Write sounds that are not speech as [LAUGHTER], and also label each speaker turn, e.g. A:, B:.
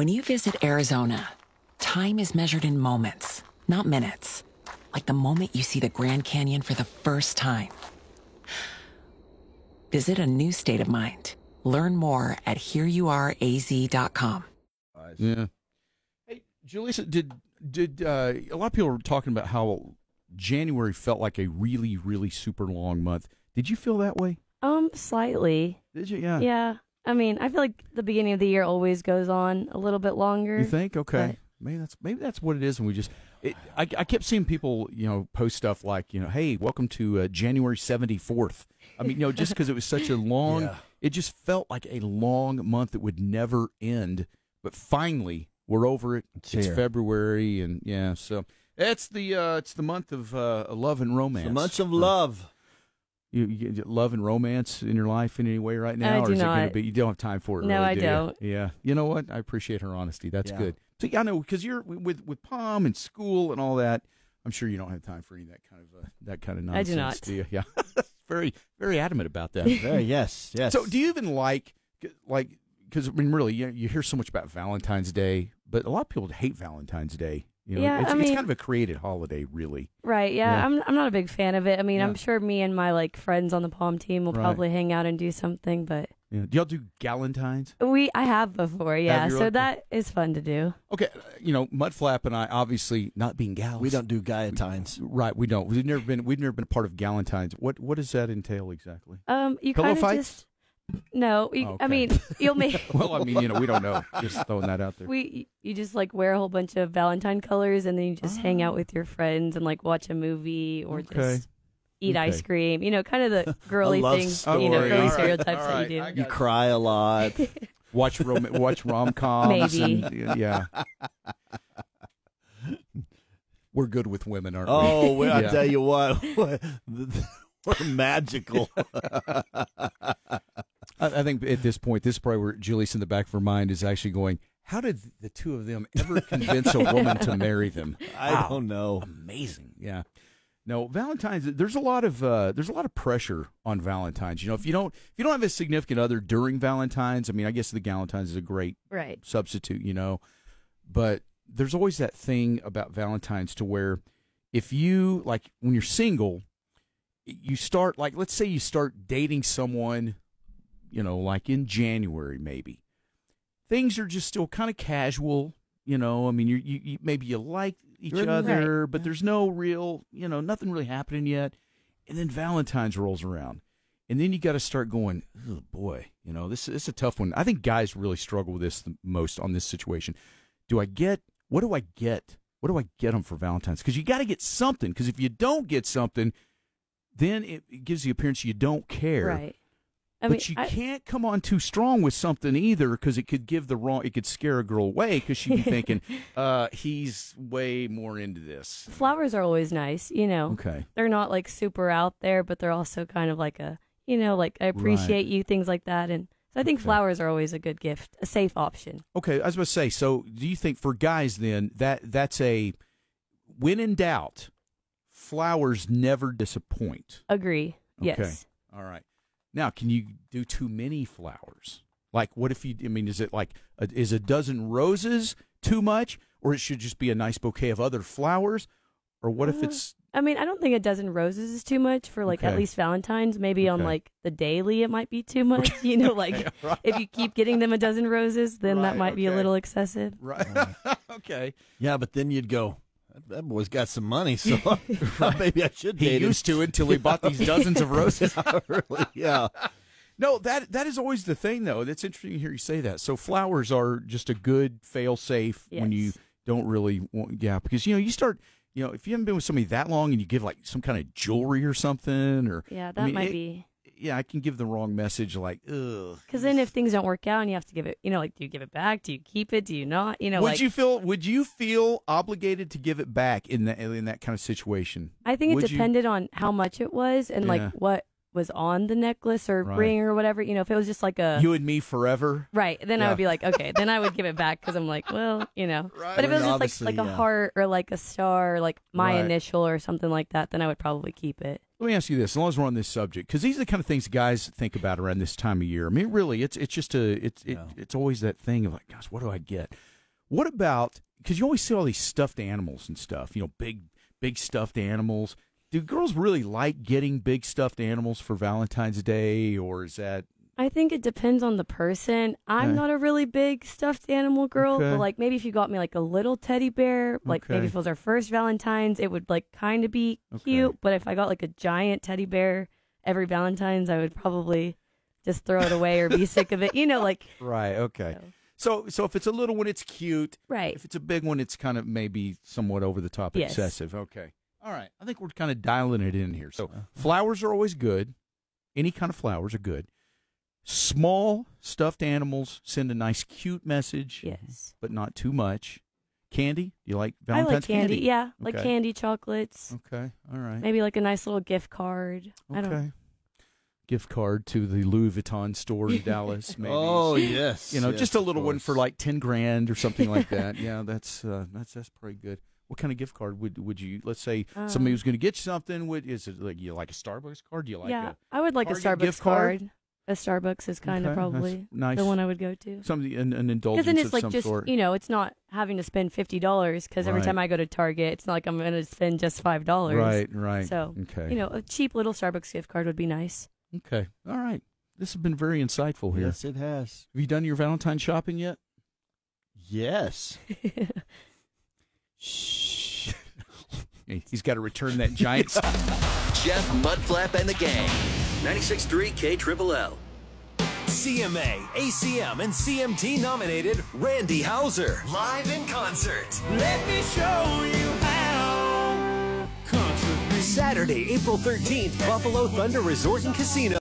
A: When you visit Arizona, time is measured in moments, not minutes. Like the moment you see the Grand Canyon for the first time. Visit a new state of mind. Learn more at hereyouareaz.com.
B: Yeah.
C: Hey, Julissa, did did uh, a lot of people were talking about how January felt like a really, really super long month? Did you feel that way?
D: Um, slightly.
C: Did you? Yeah.
D: Yeah. I mean, I feel like the beginning of the year always goes on a little bit longer.
C: You think? Okay.
D: But-
C: Maybe that's maybe that's what it is, and we just. It, I, I kept seeing people, you know, post stuff like, you know, hey, welcome to uh, January seventy fourth. I mean, you know, just because it was such a long,
B: Yeah.
C: it just felt like a long month that would never end. But finally, we're over it.
B: It's
C: It's,
B: here.
C: February, and yeah, so it's the uh, it's the month of uh, love and romance.
B: The months of
C: for-
B: love.
C: You, you get love and romance in your life in any way right now,
D: I
C: or
D: do
C: is it going
D: not.
C: to be? You don't have time for it.
D: No,
C: really,
D: I
C: do you?
D: don't.
C: Yeah, you know what? I appreciate her honesty. That's
B: Yeah.
C: good. So yeah, I know because you're with with Palm and school and all that. I'm sure you don't have time for any of that kind of uh, that kind of
D: I
C: nonsense.
D: do not.
C: do you? Yeah, [LAUGHS] very very adamant about
D: [LAUGHS]
C: that.
B: [LAUGHS] Very yes, yes.
C: So do you even like like because I mean really you, you hear so much about Valentine's Day, but a lot of people hate Valentine's Day. You know,
D: Yeah,
C: it's,
D: I
C: it's
D: mean-
C: kind of a created holiday, really.
D: Right. Yeah,
C: Yeah.
D: I'm I'm not a big fan of it. I mean,
C: Yeah.
D: I'm sure me and my like friends on the Palm team will
C: Right.
D: probably hang out and do something, but
C: You know, do y'all do Galentine's?
D: we I have before. Yeah.
C: you
D: so
C: really?
D: that is fun to do.
C: Okay, uh, you know, Mudflap and I obviously not being gals.
B: we don't do Galentine's.
C: Right, we don't. We've never been. We've never been a part of Galentine's. What What does that entail exactly?
D: Um you
C: Pillow
D: kind of
C: fights?
D: just No, you,
C: Oh, okay.
D: I mean,
C: [LAUGHS]
D: you'll [LAUGHS] make
C: Well, I mean, you know, we don't [LAUGHS] know. Just throwing that out there.
D: we you just like wear a whole bunch of Valentine colors and then you just hang out with your friends and like watch a movie or
C: Oh. Okay.
D: just eat
C: Okay.
D: ice cream. You know, kind
C: [LAUGHS]
D: of the girly
B: love
D: things,
B: story.
D: you know,
B: All
D: girly
B: right,
D: stereotypes
C: all
D: that you do.
C: right,
B: You cry a
C: [LAUGHS]
B: lot.
C: watch rom watch rom coms.
D: Maybe.
C: yeah. We're good with women, aren't we?
B: oh, well, I
C: Yeah.
B: tell you what, [LAUGHS] we're
C: [LAUGHS]
B: magical.
C: I, I think at this point, this is probably where Julie's in the back of her mind is actually going. How did the two of them ever convince a woman to marry them?
B: I don't know.
C: amazing. Yeah. No, Valentine's. There's a lot of uh, there's a lot of pressure on Valentine's. You know, if you don't if you don't have a significant other during Valentine's, I mean, I guess the Galentine's is a great
D: Right.
C: substitute. You know, but there's always that thing about Valentine's to where if you like when you're single, you start like let's say you start dating someone, you know, like in January maybe. Things are just still kind of casual, you know. I mean, you you, you maybe you like each
B: You're in-
C: other, but there's no real, you know, nothing really happening yet. And then Valentine's rolls around. And then you got to start going, oh boy, you know, this, this is a tough one. I think guys really struggle with this the most on this situation. Do I get, what do I get? What do I get them for Valentine's? Because you got to get something. Because if you don't get something, then it, it gives the appearance you don't care.
D: Right. I
C: but
D: mean,
C: you
D: I-
C: can't come on too strong with something either because it could give the wrong, it could scare a girl away because she'd be
D: [LAUGHS]
C: thinking, uh, he's way more into this.
D: flowers are always nice, you know.
C: Okay.
D: They're not like super out there, but they're also kind of like a, you know, like I appreciate you, things like that. And so I think
C: Okay.
D: flowers are always a good gift, a safe option.
C: Okay, I was about to say. So, do you think for guys then that that's a when in doubt, flowers never disappoint?
D: Agree.
C: Okay.
D: Yes.
C: All right. Now, can you do too many flowers? Like, what if you? I mean, is it like a, is a dozen roses too much, or it should just be a nice bouquet of other flowers, or what if
D: Uh,
C: it's
D: I mean, I don't think a dozen roses is too much for like
C: Okay.
D: at least Valentine's. Maybe on
C: Okay.
D: like the daily, it might
C: [LAUGHS]
D: be too much. You know, like if you keep getting them a dozen roses, then
C: Right,
D: that might be a
C: okay.
D: little excessive.
C: right? [LAUGHS] okay.
B: Yeah, but then you'd go, that, that boy's got some money,
C: [LAUGHS]
B: so [LAUGHS] maybe I should
C: He
B: date
C: used to until he bought [LAUGHS] these dozens of roses.
B: him.
C: [LAUGHS]
B: really? Yeah.
C: No, that that is always the thing, though. That's interesting to hear you say that. So flowers are just a good fail safe when you
D: Yes.
C: don't really want, yeah, because you know you start, you know, if you haven't been with somebody that long and you give like some kind of jewelry or something, or
D: Yeah,
C: I
D: that
C: mean,
D: might
C: it-
D: be.
C: yeah, I can give the wrong message, like, ugh.
D: Because then, if things don't work out and you have to give it, you know, like, do you give it back? Do you keep it? Do you not? You know,
C: would
D: like,
C: you feel would you feel obligated to give it back in that in that kind of situation?
D: I think it
C: Would you-
D: depended on how much it was and
C: Yeah.
D: like what was on the necklace or
C: Right.
D: ring or whatever. You know, if it was just like a
C: you and me forever.
D: right, then I
C: Yeah.
D: would be like, okay, then I would give it back because I'm like, well, you know.
C: [LAUGHS] Right.
D: But if it was
B: Well,
D: just
B: obviously,
D: like like a
B: yeah.
D: heart or like a star, or like my
C: Right.
D: initial or something like that, then I would probably keep it.
C: Let me ask you this: as long as we're on this subject, because these are the kind of things guys think about around this time of year. I mean, really, it's it's just a it's it,
B: Yeah.
C: it's always that thing of like, gosh, what do I get? What about because you always see all these stuffed animals and stuff, you know, big, big stuffed animals. Do girls really like getting big stuffed animals for Valentine's Day, or is that
D: I think it depends on the person. I'm
C: Okay.
D: not a really big stuffed animal girl,
C: Okay.
D: but like maybe if you got me like a little teddy bear, like
C: Okay.
D: maybe if it was our first Valentine's, it would like kind of be
C: Okay.
D: cute. But if I got like a giant teddy bear every Valentine's, I would probably just throw it away or be sick of it. You know, like
C: right? Okay,
D: So-
C: so so if it's a little one, it's cute.
D: right,
C: If it's a big one, it's kind of maybe somewhat over the top
D: Yes.
C: excessive. Okay. All right. I think we're kind of dialing it in here.
D: Uh-huh.
C: So flowers are always good. Any kind of flowers are good. Small stuffed animals send a nice, cute message,
D: yes.
C: but not too much. Candy? Do you like
D: I
C: Valentine's
D: like candy, yeah, like
C: Okay.
D: candy, chocolates,
C: Okay. All right.
D: maybe like a nice little gift card. I don't.
C: Okay. Gift card to the Louis Vuitton store
D: [LAUGHS]
C: in Dallas, maybe.
B: Oh yes,
C: you know,
B: yes,
C: just a
B: of
C: little one for
B: course.
C: like ten grand or something
B: [LAUGHS]
C: like that. Yeah, that's uh, that's that's pretty good. What kind of gift card would would you? Let's say somebody
D: Um,
C: was going to get you something. Would is it like you like a Starbucks card? Do you like
D: yeah,
C: a,
D: I would like a
C: Target
D: Starbucks
C: gift card?
D: card. A Starbucks is kind
C: Okay, that's
D: of probably
C: nice?
D: the one I would go to.
C: something an, an
D: Because
C: indulgence
D: then it's
C: of
D: like
C: some
D: just
C: sort.
D: you know, it's not having to spend fifty dollars. Because every
C: Right.
D: time I go to Target, it's not like I'm going to spend just five dollars.
C: right, right.
D: So,
C: okay,
D: You know, a cheap little Starbucks gift card would be nice. [LAUGHS]
C: okay, all right. This has been very insightful here.
B: Yes, it has.
C: Have you done your Valentine shopping yet? [LAUGHS]
B: Yes.
C: Shh. He's got to return that
D: [LAUGHS]
C: giant.
E: Jeff Mudflap and the gang. 96.3 K Triple L.
F: CMA, ACM, and CMT nominated Randy Hauser. Live in concert. Let me show you how. Saturday, April 13th, Buffalo Thunder Resort and Casino.